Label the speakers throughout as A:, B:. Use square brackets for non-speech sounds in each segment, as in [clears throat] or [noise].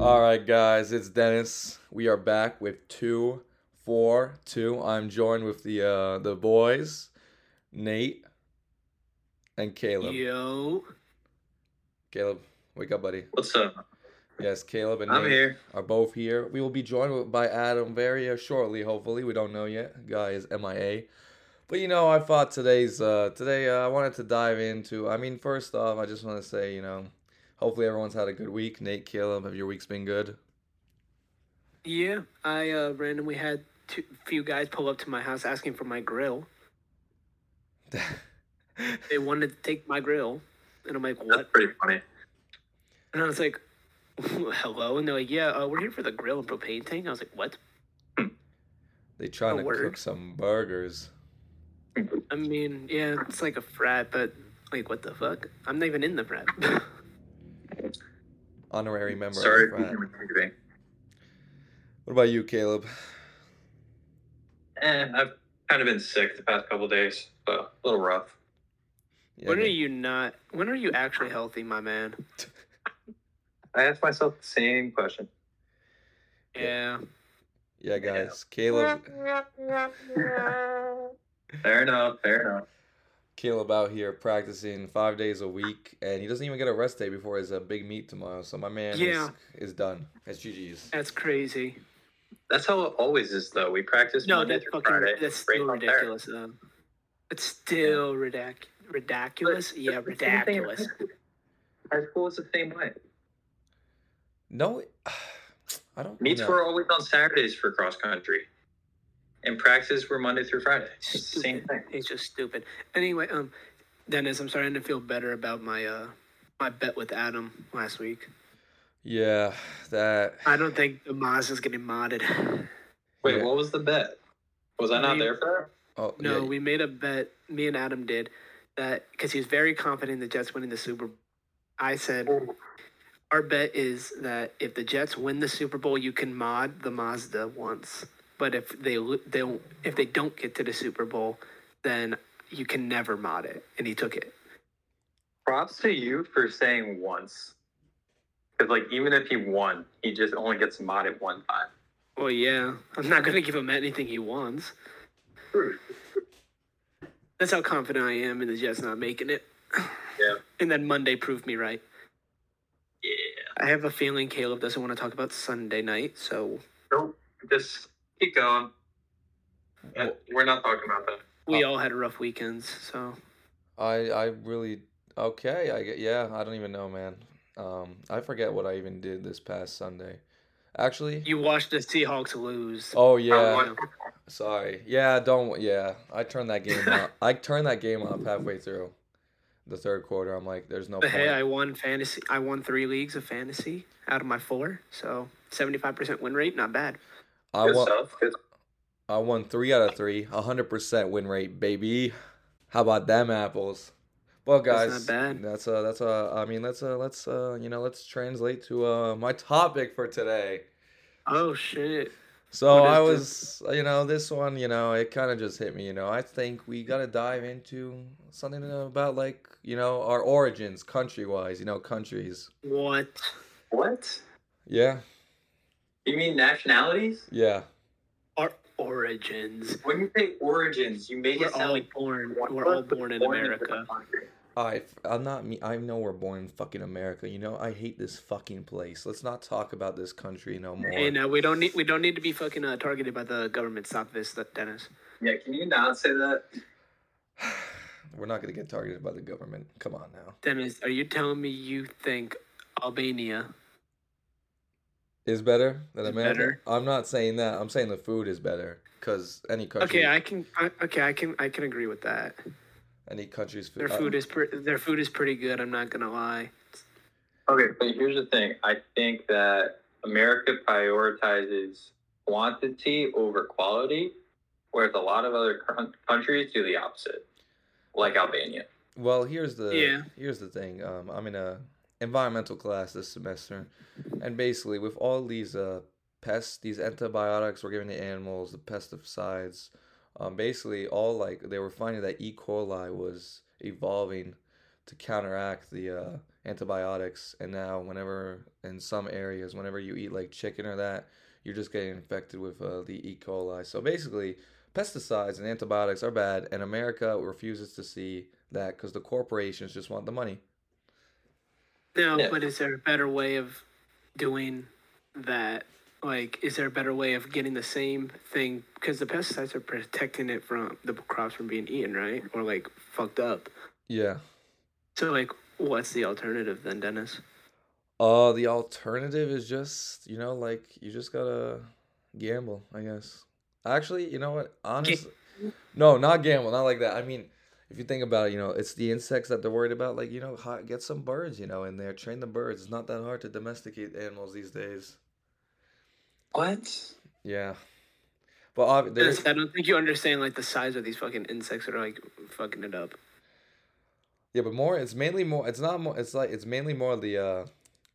A: up, guys? It's Dennis. We are back with two, four, two. I'm joined with the uh, the boys, Nate, and Caleb.
B: Yo,
A: Caleb, wake up, buddy.
C: What's up?
A: Yes, Caleb and
C: I'm
A: Nate
C: here.
A: are both here. We will be joined by Adam very uh, shortly. Hopefully, we don't know yet. Guy is MIA. But you know, I thought today's uh, today uh, I wanted to dive into. I mean, first off, I just want to say you know, hopefully everyone's had a good week. Nate, Caleb, have your weeks been good? [laughs]
B: yeah. I uh, randomly had two few guys pull up to my house asking for my grill. They wanted to take my grill, and I'm like,
C: That's
B: "What?"
C: pretty funny.
B: And I was like, [laughs] "Hello," and they're like, "Yeah, uh, we're here for the grill and propane tank." I was like, "What?"
A: They trying
B: A
A: to cook
B: word.
A: some burgers.
B: I mean, yeah, it's like a frat, but like, what the fuck? I'm not even in the frat. [laughs]
A: Honorary member.
C: Sorry
A: Of
C: if
A: the
C: you
A: frat.
C: can anything.
A: What about you, Caleb?
C: Eh, I've kind of been sick the past couple days, so a little rough.
A: Yeah,
B: when are
A: Nate.
B: you not? When are you actually healthy, my man?
C: I asked myself the same question.
B: Yeah.
A: Yeah, guys. Caleb,
C: Fair enough. Fair enough.
A: Caleb out here practicing five days a week, and he doesn't even get a rest day before his uh, big meet tomorrow. So my man
B: Yeah.
A: is, is done. It's GG's.
B: That's crazy.
C: That's how it always is, though. We practice
B: No,
C: Monday
B: that's
C: through
B: fucking.
C: Friday.
B: That's
C: Break
B: still
C: on Saturday.
B: ridiculous, though. It's still ridic- ridiculous.
C: But
B: Yeah,
C: [laughs] it's the same thing in
B: ridiculous.
C: High school. High school is the same way.
A: No, [sighs] I don't.
C: Meets
A: know.
C: were always on Saturdays for cross country, and practices were Monday through Friday. It's the same
B: Stupid.
C: thing.
B: It's just stupid. Anyway, um, Dennis, I'm starting to feel better about my uh my bet with Adam last week.
A: Yeah, that.
B: I don't think the Maz is getting modded.
C: [laughs] Wait,
A: Yeah.
C: what was the bet? Was I not
B: We-
C: there for
A: Oh
B: No,
A: yeah.
B: we made a bet. Me and Adam did that because he was very confident in the Jets winning the Super. Bowl. I said
C: that?
B: our bet is that if the Jets win the Super Bowl, you can mod the Mazda once. But if they lo- they don't if they don't get to the Super Bowl, then you can never mod it. And he took it.
C: Props to you for saying once. Because, like, even if he won, he just only gets modded one time.
B: Well, yeah, I'm not gonna give him anything he wants. That's how confident I am in the Jets not
A: [laughs]
B: making it.
C: Yeah.
B: And then Monday proved me right.
C: Yeah.
B: I have a feeling Caleb doesn't want to talk about Sunday night, so
C: Nope. Just keep going. Uh, We're not talking about that.
B: we
A: Oh.
B: all had rough weekends. So
A: I I really okay. I get yeah. I don't even know, man. Um, I forget what I even did this past Sunday. Actually.
B: you watched the Seahawks lose.
A: oh
C: I
A: yeah.
C: want-
A: Sorry. Yeah, don't. Yeah, I turned that game up. I turned that game up halfway through the third quarter. I'm like, there's no
B: But
A: point.
B: hey, I won fantasy. I won three leagues of fantasy out of my four, so seventy-five percent win rate, not bad.
A: I
C: Good
A: won.
C: stuff. Good-
A: I won three out of three. hundred percent win rate, baby. How about them apples? Well, guys,
B: That's not bad.
A: that's uh, that's uh, I mean, let's uh, let's uh, you know, let's translate to uh, my topic for today.
B: Oh shit!
A: So
B: What is
A: I was,
B: this?
A: you know, this one, you know, it kind of just hit me. You know, I think we gotta dive into something about like, you know, our origins, country-wise. You know, countries.
B: What?
C: What?
A: Yeah,
C: You mean nationalities?
A: yeah.
B: Our origins.
C: When you say origins, you make
B: We're
C: it sound
B: all
C: like
B: born.
C: one
B: We're all
C: person
B: born in
C: different
B: America.
C: country.
A: I, I'm not me. I know we're born in fucking America. You know, I hate this fucking place. Let's not talk about this country no more.
B: Hey, now we don't need. We don't need to be fucking uh, targeted by the government. Stop this, Dennis.
C: Yeah, can you not say that?
A: [sighs] we're not gonna get targeted by the government. Come on now.
B: Dennis, are you telling me you think Albania?
A: Is better than
B: Is
A: America.
B: better.
A: I'm not saying that. I'm saying the food is better because any country,
B: Okay, I can. I, okay, I can. I can agree with that.
A: any country's food.
B: Their food is pre- their food is pretty good. I'm not gonna lie.
C: Okay, but here's the thing. I think that America prioritizes quantity over quality, whereas a lot of other coun- countries do the opposite, like Albania.
A: Well, here's the
B: Yeah.
A: here's the thing. Um, I'm in a environmental class this semester, and basically with all these uh pests, these antibiotics we're giving the animals, the pesticides, um, basically all like they were finding that E. coli was evolving to counteract the uh, antibiotics. And now, whenever in some areas, whenever you eat like chicken or that, you're just getting infected with uh, the E. coli. So basically, pesticides and antibiotics are bad, and America refuses to see that because the corporations just want the money.
B: No,
C: Yeah.
B: but is there a better way of doing that? Like, is there a better way of getting the same thing? Because the pesticides are protecting it from the crops from being eaten, right? Or like fucked up.
A: Yeah.
B: So, like, what's the alternative then, Dennis?
A: Uh, the alternative is just you know like you just gotta gamble, I guess. Actually, you know what? Honestly, no, not gamble, not like that. I mean, if you think about it, you know, it's the insects that they're worried about. Like you know, hi- get some birds, you know, in there, train the birds. It's not that hard to domesticate animals these days.
C: What?
A: Yeah, but obvi- there-
B: Dennis, I don't think you understand like the size of these fucking insects that are like fucking it up.
A: yeah, but more. It's mainly more. It's not more. It's like it's mainly more the uh,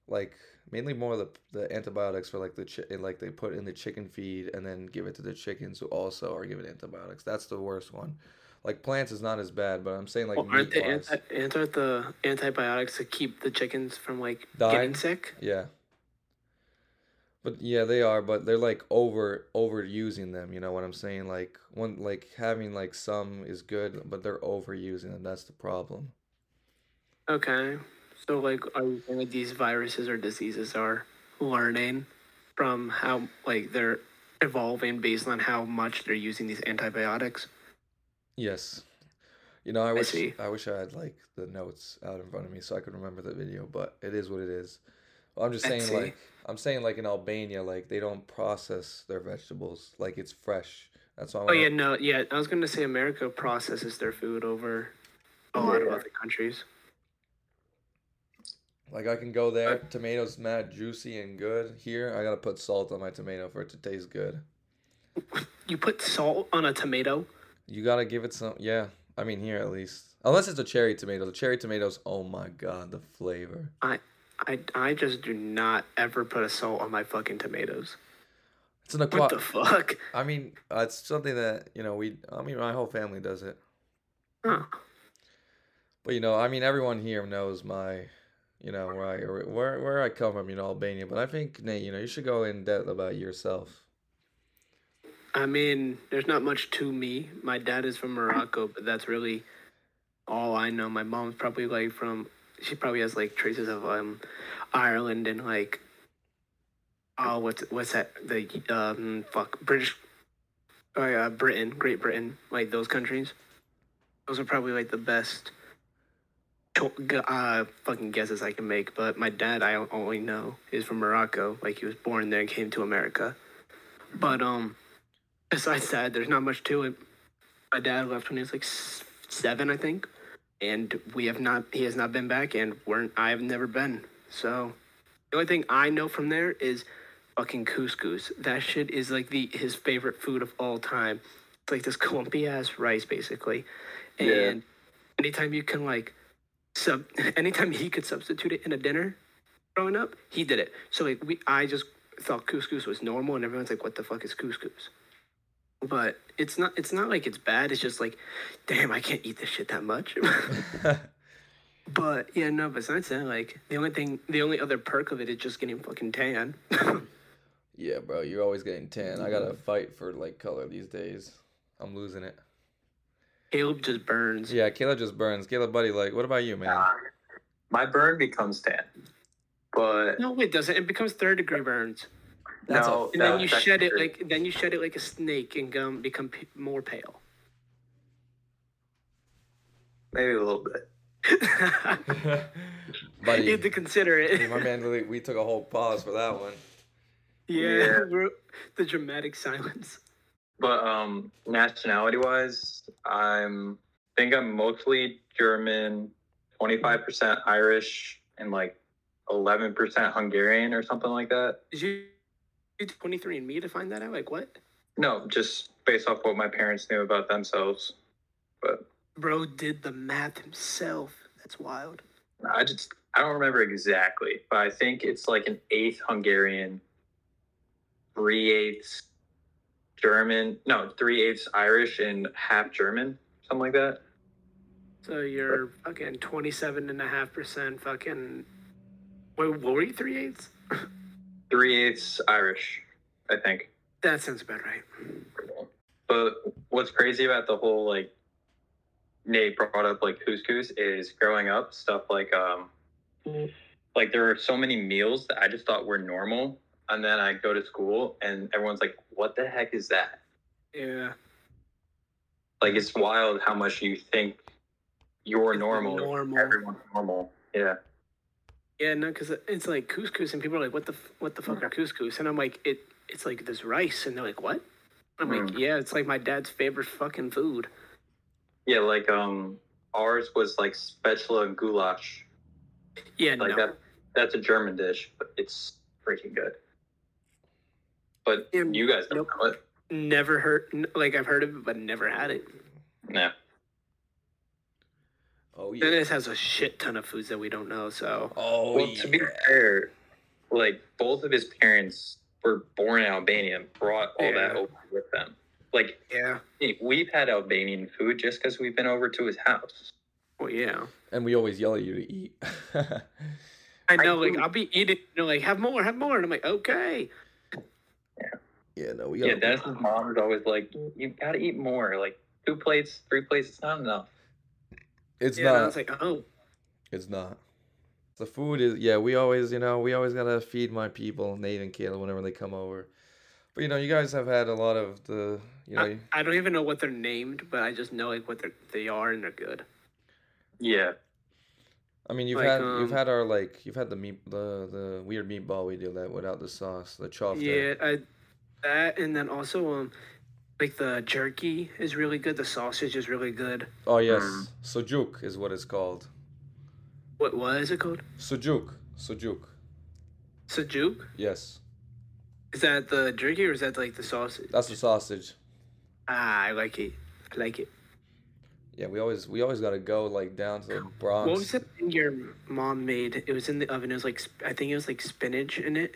A: like mainly more the the antibiotics for like the chi- like they put in the chicken feed and then give it to the chickens who also are given antibiotics. That's the worst one. Like plants is not as bad, but I'm saying like
B: Well, aren't the
A: meat-wise.
B: anti- aren't the antibiotics to keep the chickens from like
A: Dying?
B: getting sick?
A: Yeah. But yeah, they are, but they're like over overusing them, you know what I'm saying? Like one like having like some is good, but they're overusing them. That's the problem.
B: Okay. So, like, are you saying that these viruses or diseases are learning from how, like, they're evolving based on how much they're using these antibiotics?
A: Yes. You know, I wish
B: see.
A: I wish I had like the notes out in front of me so I could remember the video, but it is what it is. I'm just
B: I
A: saying
B: see.
A: like I'm saying like in Albania, like they don't process their vegetables like it's fresh. That's why.
B: Oh, yeah, no, yeah. I was going to say America processes their food over a lot of
C: Yeah.
B: other countries.
A: Like I can go
B: Uh
A: there, tomatoes mad juicy and good. Here, I gotta put salt on my tomato for it to taste good.
B: You put salt on a tomato?
A: You gotta give it some. Yeah, I mean here at least, unless it's a cherry tomato. The cherry tomatoes, oh my god, the flavor.
B: I, I, I just do not ever put a salt on my fucking tomatoes.
A: It's an
B: What
A: aqua.
B: the fuck?
A: I mean, uh, it's something that you know we. I mean, my whole family does it.
B: Huh.
A: But you know, I mean, everyone here knows my, you know, where I where where I come from. You know, Albania. But I think Nate, you know, you should go in depth about yourself. [laughs]
B: I mean, there's not much to me. My dad is from Morocco, but that's really all I know. My mom's probably like from she probably has like traces of um Ireland and like oh what's what's that the um fuck British oh yeah, Britain, Great Britain, like those countries. Those are probably like the best cho- gu- uh fucking guesses I can make, but my dad I only know is from Morocco, like he was born there and came to America. But um besides that, there's not much to it. My dad left when he was like s- seven, I think, and we have not. He has not been back, and weren't. I have never been. So the only thing I know from there is fucking couscous. That shit is like the his favorite food of all time. It's like this clumpy ass rice, basically, and
C: Yeah.
B: anytime you can like sub, [laughs] anytime he could substitute it in a dinner, growing up, he did it. So like we, I just thought couscous was normal, and everyone's like, "What the fuck is couscous?" But it's not. It's not like it's bad. It's just like, damn, I can't eat this shit that much. [laughs] but yeah, no. Besides that, like the only thing, the only other perk of it is just getting fucking tan.
A: yeah, bro, you're always getting tan. I gotta fight for like color these days. I'm losing it.
B: Caleb just burns.
A: Yeah, Caleb just burns. Caleb, buddy, like, what about you, man?
C: [laughs] Nah. Uh, My burn becomes tan, but
B: No, it doesn't. It becomes third degree burns,
A: That's a-
C: no,
B: and
C: no,
B: then you
C: second
B: shed it
C: degree.
B: like then you shed it like a snake and gum become p- more pale. [laughs]
C: maybe a little bit.
B: you
A: buddy,
B: have to consider
A: me and [laughs]
B: it.
A: my man, really, we took a whole pause for that one.
B: [laughs] Yeah, [laughs]
C: Yeah.
B: we're the dramatic silence.
C: But um, nationality wise, I'm think I'm mostly German, 25% Irish, and like 11% Hungarian or something like that.
B: Did you do 23 and me to find that out? Like what?
C: No, just based off what my parents knew about themselves. But
B: Bro did the math himself. That's wild.
C: I just I don't remember exactly, but I think it's like an eighth Hungarian, three eighths German, no, three eighths Irish and half German, something like that.
B: So you're fucking 27 and a half percent fucking. Wait, what were you, three eighths?
C: Three eighths Irish, I think.
B: That sounds about right.
C: But what's crazy about the whole like Nate brought up like couscous is growing up stuff like um like there are so many meals that I just thought were normal, and then I go to school and everyone's like, "What the heck is that?"
B: Yeah.
C: Like it's wild how much you think you're
B: It's
C: normal.
B: normal.
C: Everyone's normal. Yeah.
B: Yeah, no, because it's like couscous, and people are like, "What the f- what the
C: Mm.
B: fuck are couscous?" And I'm like, "It it's like this rice," and they're like, "What?" I'm like,
C: Mm.
B: "Yeah, it's like my dad's favorite fucking food."
C: Yeah, like um ours was like spatula and goulash.
B: Yeah,
C: Like
B: no,
C: that that's a German dish, but it's freaking good. But
B: Yeah,
C: you guys don't
B: nope.
C: know it.
B: never heard. n- Like I've heard of it, but never had it.
C: No.
A: Oh yeah.
B: Venice has a shit ton of foods that we don't know. So
A: Oh
C: well,
A: yeah.
C: to be fair, like both of his parents were born in Albania and brought all that
B: Yeah.
C: over with them. Like
B: yeah,
C: hey, we've had Albanian food just because we've been over to his house.
B: well, yeah.
A: and we always yell at you to eat. [laughs]
B: I know, like
C: do-
B: I'll be eating, you know, like have more, have more, and I'm like, okay.
A: yeah, no, we
C: Yeah,
A: gotta
C: Dennis's mom was always like, "You gotta eat more. Like two plates, three plates, it's not enough."
A: It's
B: yeah, and I
A: not.
B: was like, oh,
A: It's not. The food is yeah. We always you know we always gotta feed my people Nate and Kayla whenever they come over. But you know you guys have had a lot of the you know.
B: I, I don't even know what they're named, but I just know like what they are they are, and they're good.
C: Yeah,
A: I mean you've
B: like,
A: had you've
B: um,
A: had our like you've had the meat the the weird meatball we do that without the sauce the chofta.
B: Yeah, I, that and then also um, like the jerky is really good. The sausage is really good.
A: Oh yes,
C: Mm.
A: sujuk is what it's called.
B: What what is it called?
A: Sujuk, sujuk.
B: Sajuk?
A: Yes,
B: Is that the jerky or is that like the sausage?
A: that's the sausage.
B: Ah, I like it. I like it.
A: Yeah, we always we always gotta go like down to the Bronx.
B: What was it thing your mom made? It was in the oven. It was like sp- I think it was like spinach in it.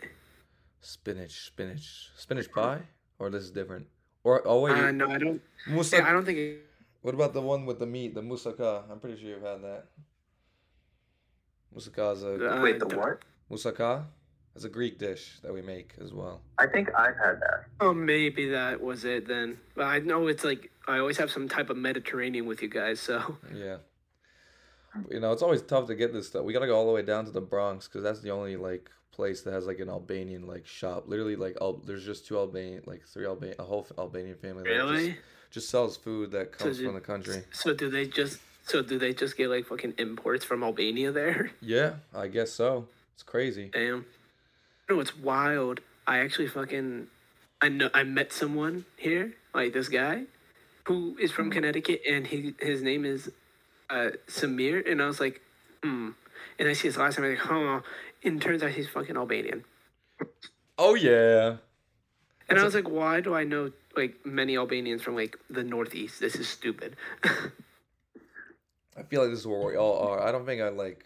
A: Spinach, spinach, spinach pie, or this is different. Or oh wait,
B: Uh, no, I don't.
A: moussaka.
B: I don't think. It,
A: What about the one with the meat, the moussaka? I'm pretty sure you've had that. Moussaka is a
B: uh,
C: Wait, the
B: the-
C: what?
A: moussaka. It's a Greek dish that we make as well.
C: I think I've had that.
B: Oh, maybe that was it then. But I know it's like I always have some type of Mediterranean with you guys, so
A: Yeah. But, You know, it's always tough to get this stuff. We gotta go all the way down to the Bronx because that's the only like place that has like an Albanian like shop. Literally, like Al- there's just two Albanian, like three Albanian, a whole f- Albanian family. that
B: really.
A: Just, just sells food that comes
B: you-
A: from the country.
B: So do they just so do they just get like fucking imports from Albania there? [laughs]
A: Yeah, I guess so. It's crazy.
B: Damn. No, it's wild. I actually fucking I know I met someone here, like this guy, who is from Connecticut and he his name is uh Samir and I was like, hmm. And I see his last name, I'm like, huh. And turns out he's fucking Albanian.
A: Oh yeah.
B: And I was like, why do I know like many Albanians from like the Northeast? This is stupid.
A: I feel like this is where we all are. I don't think I like.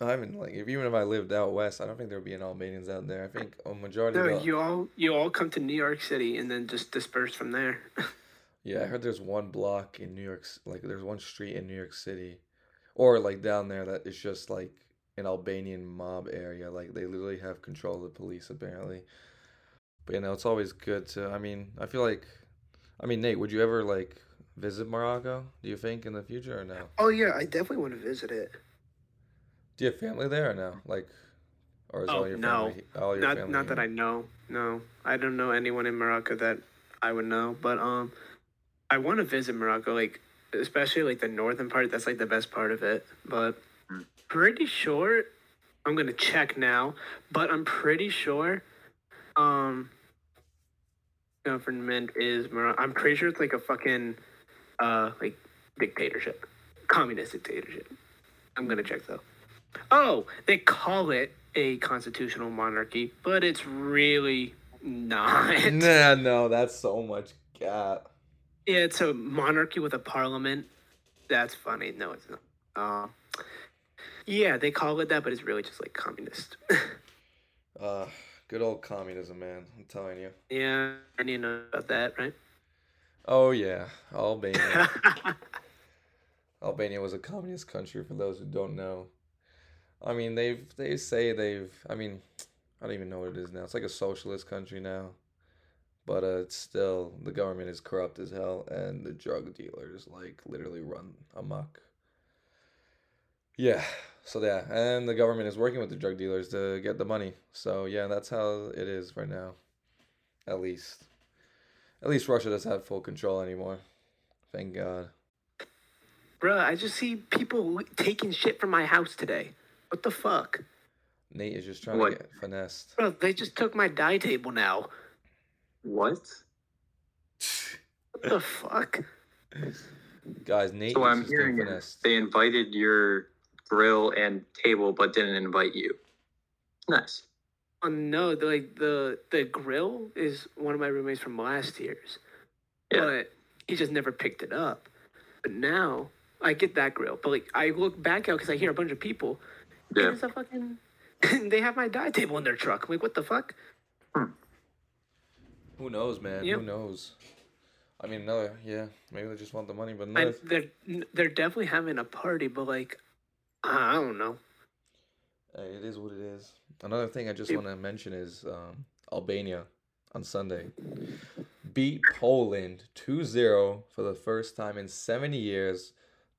A: I haven't like if even if I lived out west, I don't think there would be any Albanians out there. I think a majority.
B: no,
A: of the,
B: you all you all come to New York City and then just disperse from there.
A: yeah, I heard there's one block in New York, S- like there's one street in New York City, or like down there that is just like an Albanian mob area. Like they literally have control of the police apparently. But you know, it's always good to. I mean, I feel like, I mean, Nate, would you ever like visit Morocco? Do you think in the future or no?
B: Oh yeah, I definitely want to visit it.
A: Do you have family there or no? Like, or is
B: Oh,
A: all your
B: no.
A: family all your
B: Not
A: family
B: not that
A: here?
B: I know. No, I don't know anyone in Morocco that I would know. But um, I want to visit Morocco, like especially like the northern part. That's like the best part of it. But
A: Mm.
B: pretty sure I'm gonna check now. But I'm pretty sure um government is Morocco. I'm pretty sure it's like a fucking uh like dictatorship, communist dictatorship. I'm gonna check though. Oh, they call it a constitutional monarchy, but it's really not.
A: [laughs] Nah, no, that's so much cat.
B: Yeah, [laughs] it's a monarchy with a parliament. That's funny. No, it's not. Uh, yeah, they call it that, but it's really just like communist. [laughs]
A: Uh, good old communism, man. I'm telling you.
B: yeah, and you know about that, right? [laughs]
A: Oh yeah, Albania. Albania was a communist country. For those who don't know, I mean they've they say they've. I mean, I don't even know what it is now. It's like a socialist country now, but uh, it's still the government is corrupt as hell, and the drug dealers like literally run amok. Yeah. So yeah, and the government is working with the drug dealers to get the money. So yeah, that's how it is right now. At least. At least Russia doesn't have full control anymore. Thank God.
B: Bruh, I just see people taking shit from my house today. What the fuck?
A: Nate is just trying
C: What?
A: to get
C: [laughs]
A: finessed.
B: Bro, they just took my die table now.
C: What?
B: What the fuck?
A: Guys, Nate
C: So
A: is
C: what I'm
A: just getting
C: hearing is
A: finessed.
C: they invited your grill and table, but didn't invite you. Nice.
B: Oh no, the, like the the grill is one of my roommates from last year's.
C: Yeah.
B: But he just never picked it up. But now I get that grill. But like I look back out because I hear a bunch of people. Yeah.
C: Yeah.
B: It's a fucking [laughs] they have my die table in their truck. I'm like, what the fuck?
A: Who knows, man?
B: Yep.
A: Who knows? I mean, another yeah. Maybe they just want the money, but
B: I,
A: another,
B: they're they're definitely having a party, but like I don't know.
A: hey, it is what it is. Another thing I just
B: Yep.
A: want to mention is um, Albania on Sunday beat Poland 2-0 for the first time in 70 years.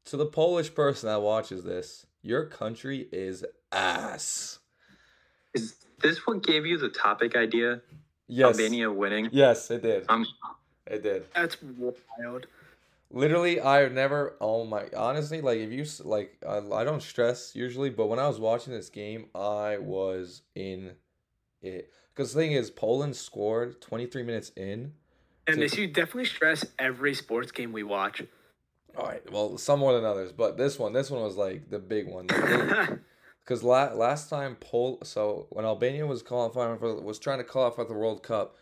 A: To the Polish person that watches this, your country is ass.
C: Is this what gave you the topic idea?
A: Yes.
C: Albania winning.
A: Yes, it did.
C: Um,
A: It did.
B: That's wild.
A: Literally, I've never. Oh my! Honestly, like if you s- like, I, I don't stress usually, but when I was watching this game, I was in it. Because the thing is, Poland scored twenty three minutes in.
B: And
A: So-
B: this you definitely stress every sports game we watch.
A: All right, well, some more than others, but this one, this one was like the big one. Because la- last time Pol, so when Albania was qualifying for, was trying to qualify for the World Cup,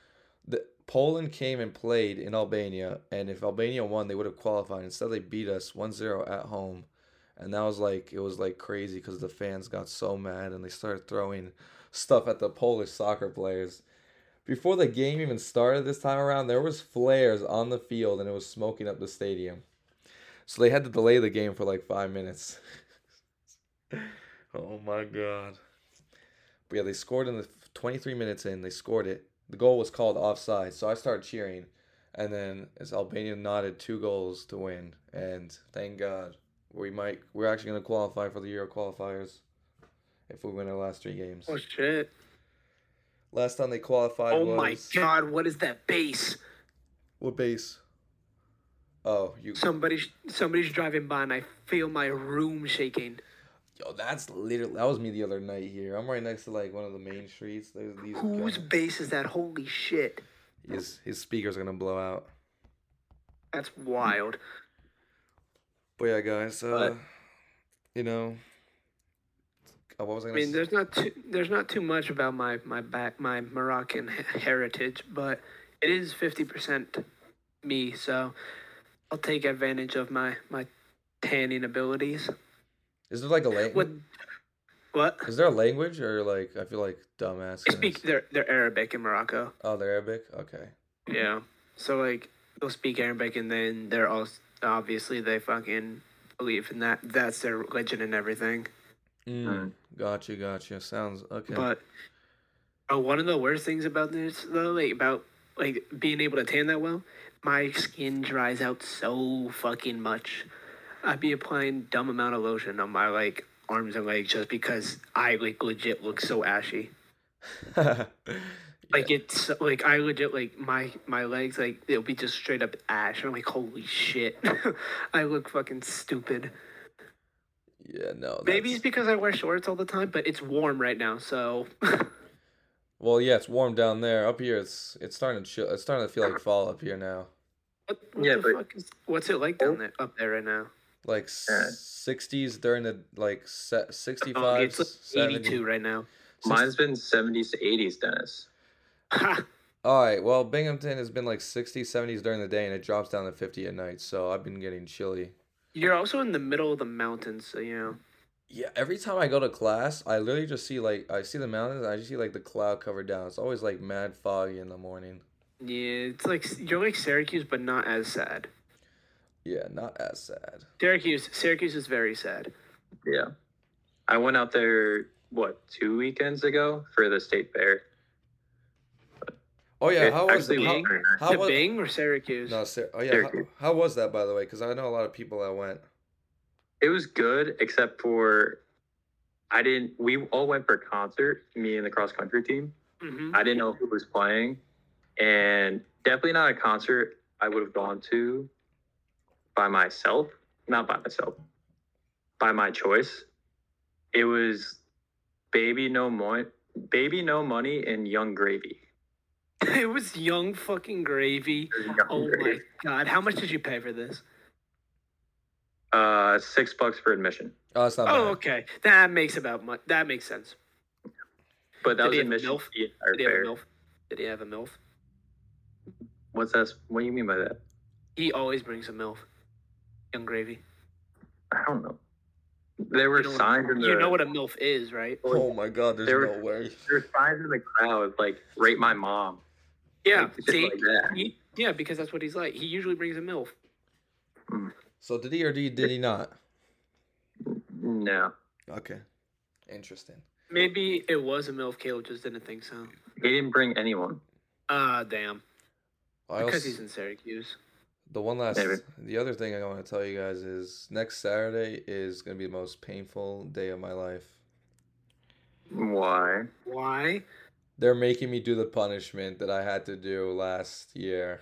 A: the Poland came and played in Albania, and if Albania won, they would have qualified. Instead, they beat us 1-0 at home, and that was like it was like crazy because the fans got so mad and they started throwing stuff at the Polish soccer players. Before the game even started this time around, there was flares on the field and it was smoking up the stadium. So they had to delay the game for like five minutes. [laughs] Oh my god. But yeah, they scored in the 23 minutes in. They scored it. The goal was called offside, so I started cheering. And then as Albania nodded two goals to win, and thank God we might we're actually going to qualify for the Euro qualifiers if we win our last three games.
B: oh shit.
A: Last time they qualified
B: Oh
A: was
B: my god, what is that bass?
A: what base? Oh, you
B: Somebody's somebody's driving by and I feel my room shaking.
A: Yo, that's literally that was me the other night here. I'm right next to like one of the main streets. There's these
B: Whose
A: guys-
B: bass is that? Holy shit.
A: his his speaker's going to blow out.
B: That's wild.
A: But yeah, guys, uh,
C: But-
A: you know, uh, what was I
B: I
A: gonna?
B: mean,
A: s-
B: there's not too there's not too much about my my back my Moroccan he- heritage, but it is 50% me, so I'll take advantage of my my tanning abilities.
A: is there like a language?
B: What what?
A: Is there a language or like I feel like dumbass?
B: I speak they're they're Arabic in Morocco.
A: Oh, they're Arabic. Okay.
B: Yeah. So like they'll speak Arabic and then they're all obviously they fucking believe in that that's their religion and everything.
A: Mm, Gotcha, gotcha. Sounds okay.
B: Hmm.
A: [laughs]
B: But oh, one of the worst things about this though, like about like being able to tan that well, my skin dries out so fucking much. I'd be applying dumb amount of lotion on my like arms and legs just because I like legit look so ashy. Like it's like I legit like my my legs like it'll be just straight up ash. And I'm like, holy shit, [laughs] I look fucking stupid.
A: yeah, no.
B: Maybe it's
A: that's-
B: because I wear shorts all the time, but it's warm right now, so
A: Well, yeah, it's warm down there. Up here, it's it's starting to chill. It's starting to feel like fall up here now.
B: what, what
C: Yeah,
B: the
C: but-
B: fuck is, what's it like
A: Oh.
B: down there up there right now?
A: Like
C: Yeah.
A: sixties during the like se-
B: Oh,
A: 65,
B: it's like 82 right now. [laughs]
C: mine's been 70s to 80s, Dennis.
B: Ha!
A: All right. Well, Binghamton has been like 60s, 70s during the day, and it drops down to 50 at night. So I've been getting chilly.
B: You're also in the middle of the mountains, so you know.
A: Yeah. Every time I go to class, I literally just see like I see the mountains. And I just see like the cloud covered down. It's always like mad foggy in the morning.
B: Yeah, it's like you're like Syracuse, but not as sad.
A: Yeah, not as sad.
B: Syracuse, Syracuse is very sad.
C: Yeah. I went out there what two weekends ago for the state fair.
A: Oh yeah,
C: It
A: how was
C: actually
A: it? How,
C: was very nice.
A: how
B: to
A: was
B: Bing or Syracuse?
A: no? Ser- oh yeah, how,
C: Syracuse.
A: how was that by the way? Because I know a lot of people that went.
C: It was good, except for I didn't. We all went for a concert. Me and the cross country team.
B: Mhm.
C: I didn't know who was playing, and definitely not a concert I would have gone to by myself. Not by myself, by my choice. It was baby no money, baby no money, and Young Gravy.
B: [laughs] It was Young Fucking Gravy.
C: Young
B: Oh my
C: Gravy.
B: god, how much did you pay for this?
C: Uh, six bucks for admission,
A: Oh,
C: Uh,
A: it's not
B: Oh,
A: bad.
B: okay, that makes about mu That makes sense. Did
C: but that was
B: he have a
C: admission.
B: MILF?
C: to the entire
B: Did he have a
C: fair.
B: milf? Did he have a milf?
C: What's that? What do you mean by that?
B: He always brings a milf. Young Gravy.
C: I don't know. There were
B: You know what-
C: signs in the
B: You know what a milf is, right?
A: Oh my God, there's
C: There
A: no
C: were-
A: way.
C: there were signs in the crowd like rate my mom.
B: Yeah.
C: Like, shit
B: See.
C: like that.
B: He- yeah, because that's what he's like. He usually brings a milf.
A: So did he or did he, did he not?
C: No.
A: Okay, interesting.
B: Maybe it was a milf. Caleb just didn't think so.
C: He didn't bring anyone.
B: Ah, damn.
A: I
B: Because
A: also-
B: he's in Syracuse.
A: The one last,
C: Maybe.
A: the other thing I want to tell you guys is next Saturday is gonna be the most painful day of my life.
C: Why?
B: Why?
A: They're making me do the punishment that I had to do last year.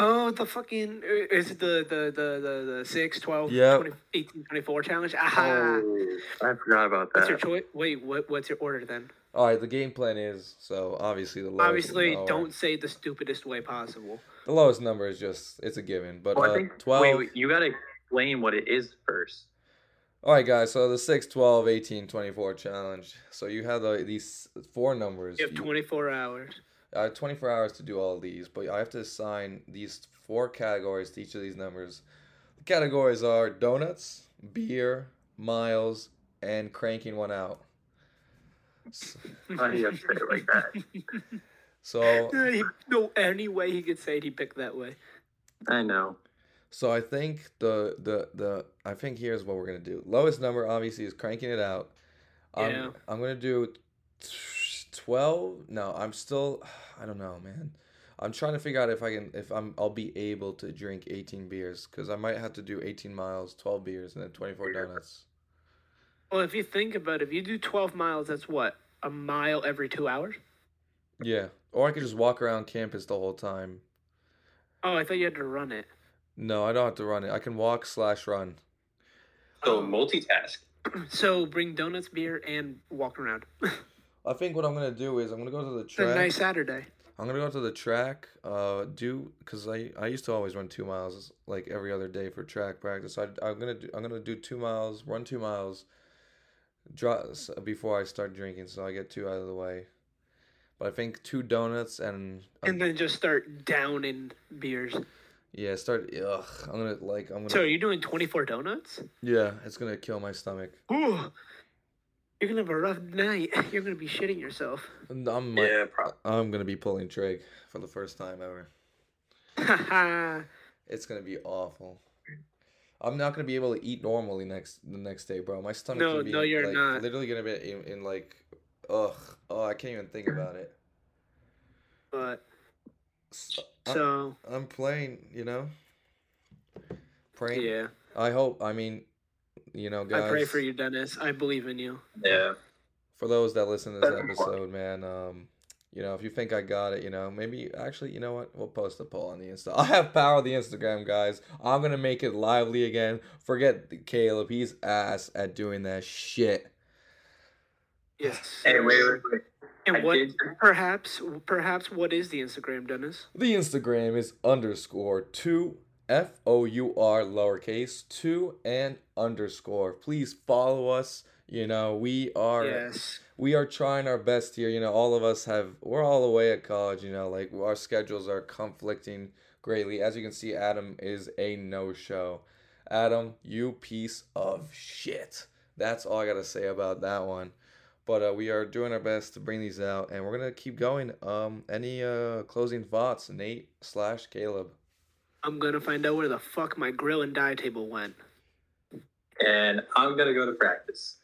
B: Oh, the fucking is it the the the the, the 6, 12,
A: Yep.
B: 20, 18, 24 challenge? Aha!
C: Oh, I forgot about
B: What's your
C: that.
B: choice? Wait, what? What's your order then?
A: All right, the game plan is so obviously the lowest.
B: Obviously,
A: number-
B: don't say the stupidest way possible.
A: The lowest number is just it's a given, but
C: Well,
A: uh,
C: I think,
A: twelve.
C: Wait, wait, you gotta explain what it is [laughs] first.
A: All right, guys. So the 6, 12, 18, 24 challenge. So you have the, these four numbers.
B: You have
A: You-
B: twenty four hours.
A: I have 24 hours to do all these, but I have to assign these four categories to each of these numbers. The categories are donuts, beer, miles, and cranking one out. S-
C: Why do you have to say it
B: [laughs]
C: like that?
A: So,
B: He- no, any way he could say it, he picked that way.
C: [laughs] I know.
A: so I think the the the I think here's what we're gonna do. Lowest number obviously is cranking it out. I'm,
B: Yeah.
A: I'm gonna do t- twelve. No, I'm still. I don't know, man. I'm trying to figure out if I can if I'm I'll be able to drink 18 beers because I might have to do 18 miles, 12 beers, and then 24 donuts.
B: Well, if you think about it, if you do twelve miles, that's what a mile every two hours.
A: Yeah, or I could just walk around campus the whole time.
B: Oh, I thought you had to run it. [clears throat]
A: No, I don't have to run it. I can walk slash run.
C: So
B: Oh.
C: multitask.
B: So bring donuts, beer, and walk around.
A: I think what I'm gonna do is I'm gonna go to the
B: It's a
A: track.
B: nice Saturday.
A: I'm gonna go to the track. Uh, do because I I used to always run two miles like every other day for track practice. I I'm gonna do I'm gonna do two miles, run two miles, draw s- before I start drinking, so I get two out of the way. But I think two donuts and, um,
B: And then just start downing beers.
A: yeah, start. Ugh, I'm gonna like I'm gonna
B: So are you doing 24 donuts?
A: yeah, it's gonna kill my stomach.
B: Ooh, you're gonna have a rough night. [laughs] You're gonna be shitting yourself. [laughs]
A: And I'm like,
C: Yeah, probably.
A: I'm gonna be pulling trig for the first time ever.
B: Haha.
A: It's gonna be awful. I'm not gonna be able to eat normally next the next day, bro. My stomach.
B: No,
A: gonna be,
B: no, you're
A: like,
B: not.
A: Literally gonna be in, in like, ugh, oh, I can't even think about it.
B: but
A: S-
B: so
A: I'm praying, you know. Praying.
B: yeah,
A: I hope. I mean, you know, guys.
B: I pray for you, Dennis. I believe in you.
C: Yeah.
A: for those that listen to this
C: That's important.
A: episode, man, um, you know, if you think I got it, you know, maybe actually, you know what? We'll post a poll on the Insta. [laughs] I have power of the Instagram, guys. I'm gonna make it lively again. Forget Caleb, he's ass at doing that shit.
B: Yes.
C: Hey,
B: sir.
C: wait, wait, wait. I
B: And what?
C: did-
B: Perhaps, perhaps, what is the Instagram, Dennis?
A: The Instagram is underscore two F O U R lowercase two and underscore. Please follow us. You know, we are
B: Yes.
A: we are trying our best here. You know, all of us have, we're all away at college, you know, like our schedules are conflicting greatly. As you can see, Adam is a no show. Adam, you piece of shit. That's all I got to say about that one. But uh, we are doing our best to bring these out and we're going to keep going. Um, Any uh, closing thoughts, Nate slash Caleb? [laughs]
B: I'm gonna find out where the fuck my grill and die table went.
C: and I'm gonna go to practice.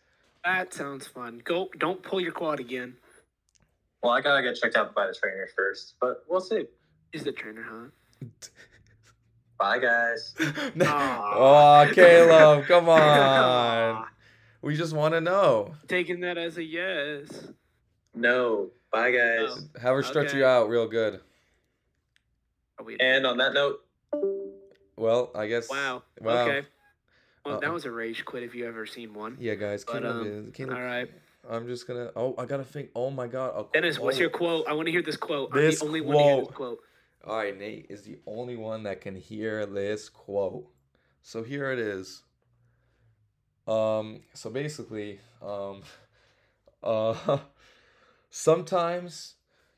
B: That sounds fun. Go, don't pull your quad again.
C: Well, I gotta get checked out by the trainer first, but we'll see.
B: Is the trainer hot?
C: Bye, guys.
A: oh, Caleb, come on. We just want to know.
B: Taking that as a yes.
C: No, bye, guys.
A: Have her stretch
B: Okay.
A: you out real good.
B: Are we-
C: And on that note,
A: Well, I guess.
B: wow.
A: Wow.
B: Okay. Well, that
A: Uh-oh.
B: was a rage quit if you ever seen one.
A: Yeah, guys.
B: But,
A: Caleb,
B: um,
A: is- Caleb,
B: All right,
A: I'm just gonna. Oh, I gotta think. Oh my God. a
B: Dennis, what's
A: quote.
B: your quote? I want to hear this quote.
A: This
B: I'm the only one to hear
A: quote.
B: this quote.
A: All right, Nate is the only one that can hear this quote. So here it is. Um, so basically, um, [laughs] uh, sometimes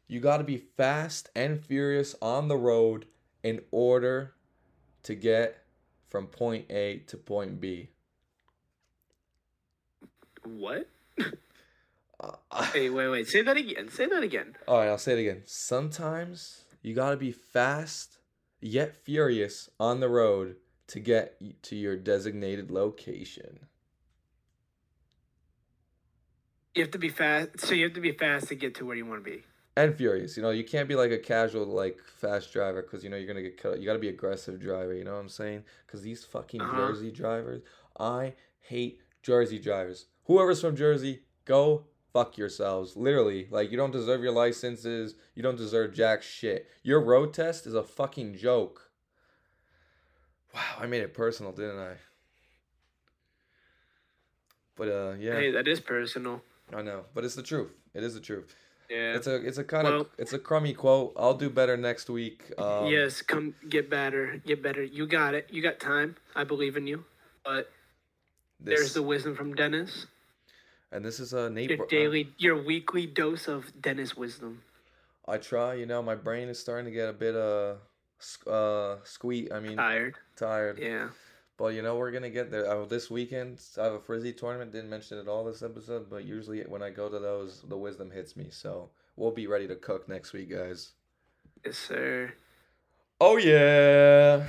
A: you got to be fast and furious on the road in order to get from point A to point B. [laughs]
B: What?
A: Uh,
B: Hey, wait, wait. Say that again. Say that again.
A: All right, I'll say it again. Sometimes you gotta be fast yet furious on the road to get y- to your designated location.
B: You have to be fast. So you have to be fast to get to where you want to be.
A: And furious, you know, you can't be like a casual, like fast driver because you know you're gonna get cut. You gotta be aggressive driver. You know what I'm saying? Because these fucking
B: Uh-huh.
A: Jersey drivers, I hate Jersey drivers. Whoever's from Jersey, go fuck yourselves. Literally, like you don't deserve your licenses. You don't deserve jack shit. Your road test is a fucking joke. Wow, I made it personal, didn't I? But uh, yeah,
B: Hey, that is personal.
A: I know. But it's the truth. It is the truth.
B: Yeah.
A: It's a it's a kind of
B: Well-
A: it's a crummy quote. I'll do better next week. Um,
B: yes, come get better. Get better. You got it. You got time. I believe in you. But
A: this-
B: there's the wisdom from Dennis.
A: and this is a Nate.
B: Your
A: Br- uh,
B: daily, your weekly dose of Dennis wisdom.
A: I try. You know, my brain is starting to get a bit uh, sq- uh squeak. I mean,
B: Tired.
A: tired.
B: Yeah.
A: But you know, we're gonna get there. Uh, this weekend, I have a frizzy tournament. Didn't mention it all this episode, but usually when I go to those, the wisdom hits me. So we'll be ready to cook next week, guys.
B: Yes, sir.
A: Oh yeah.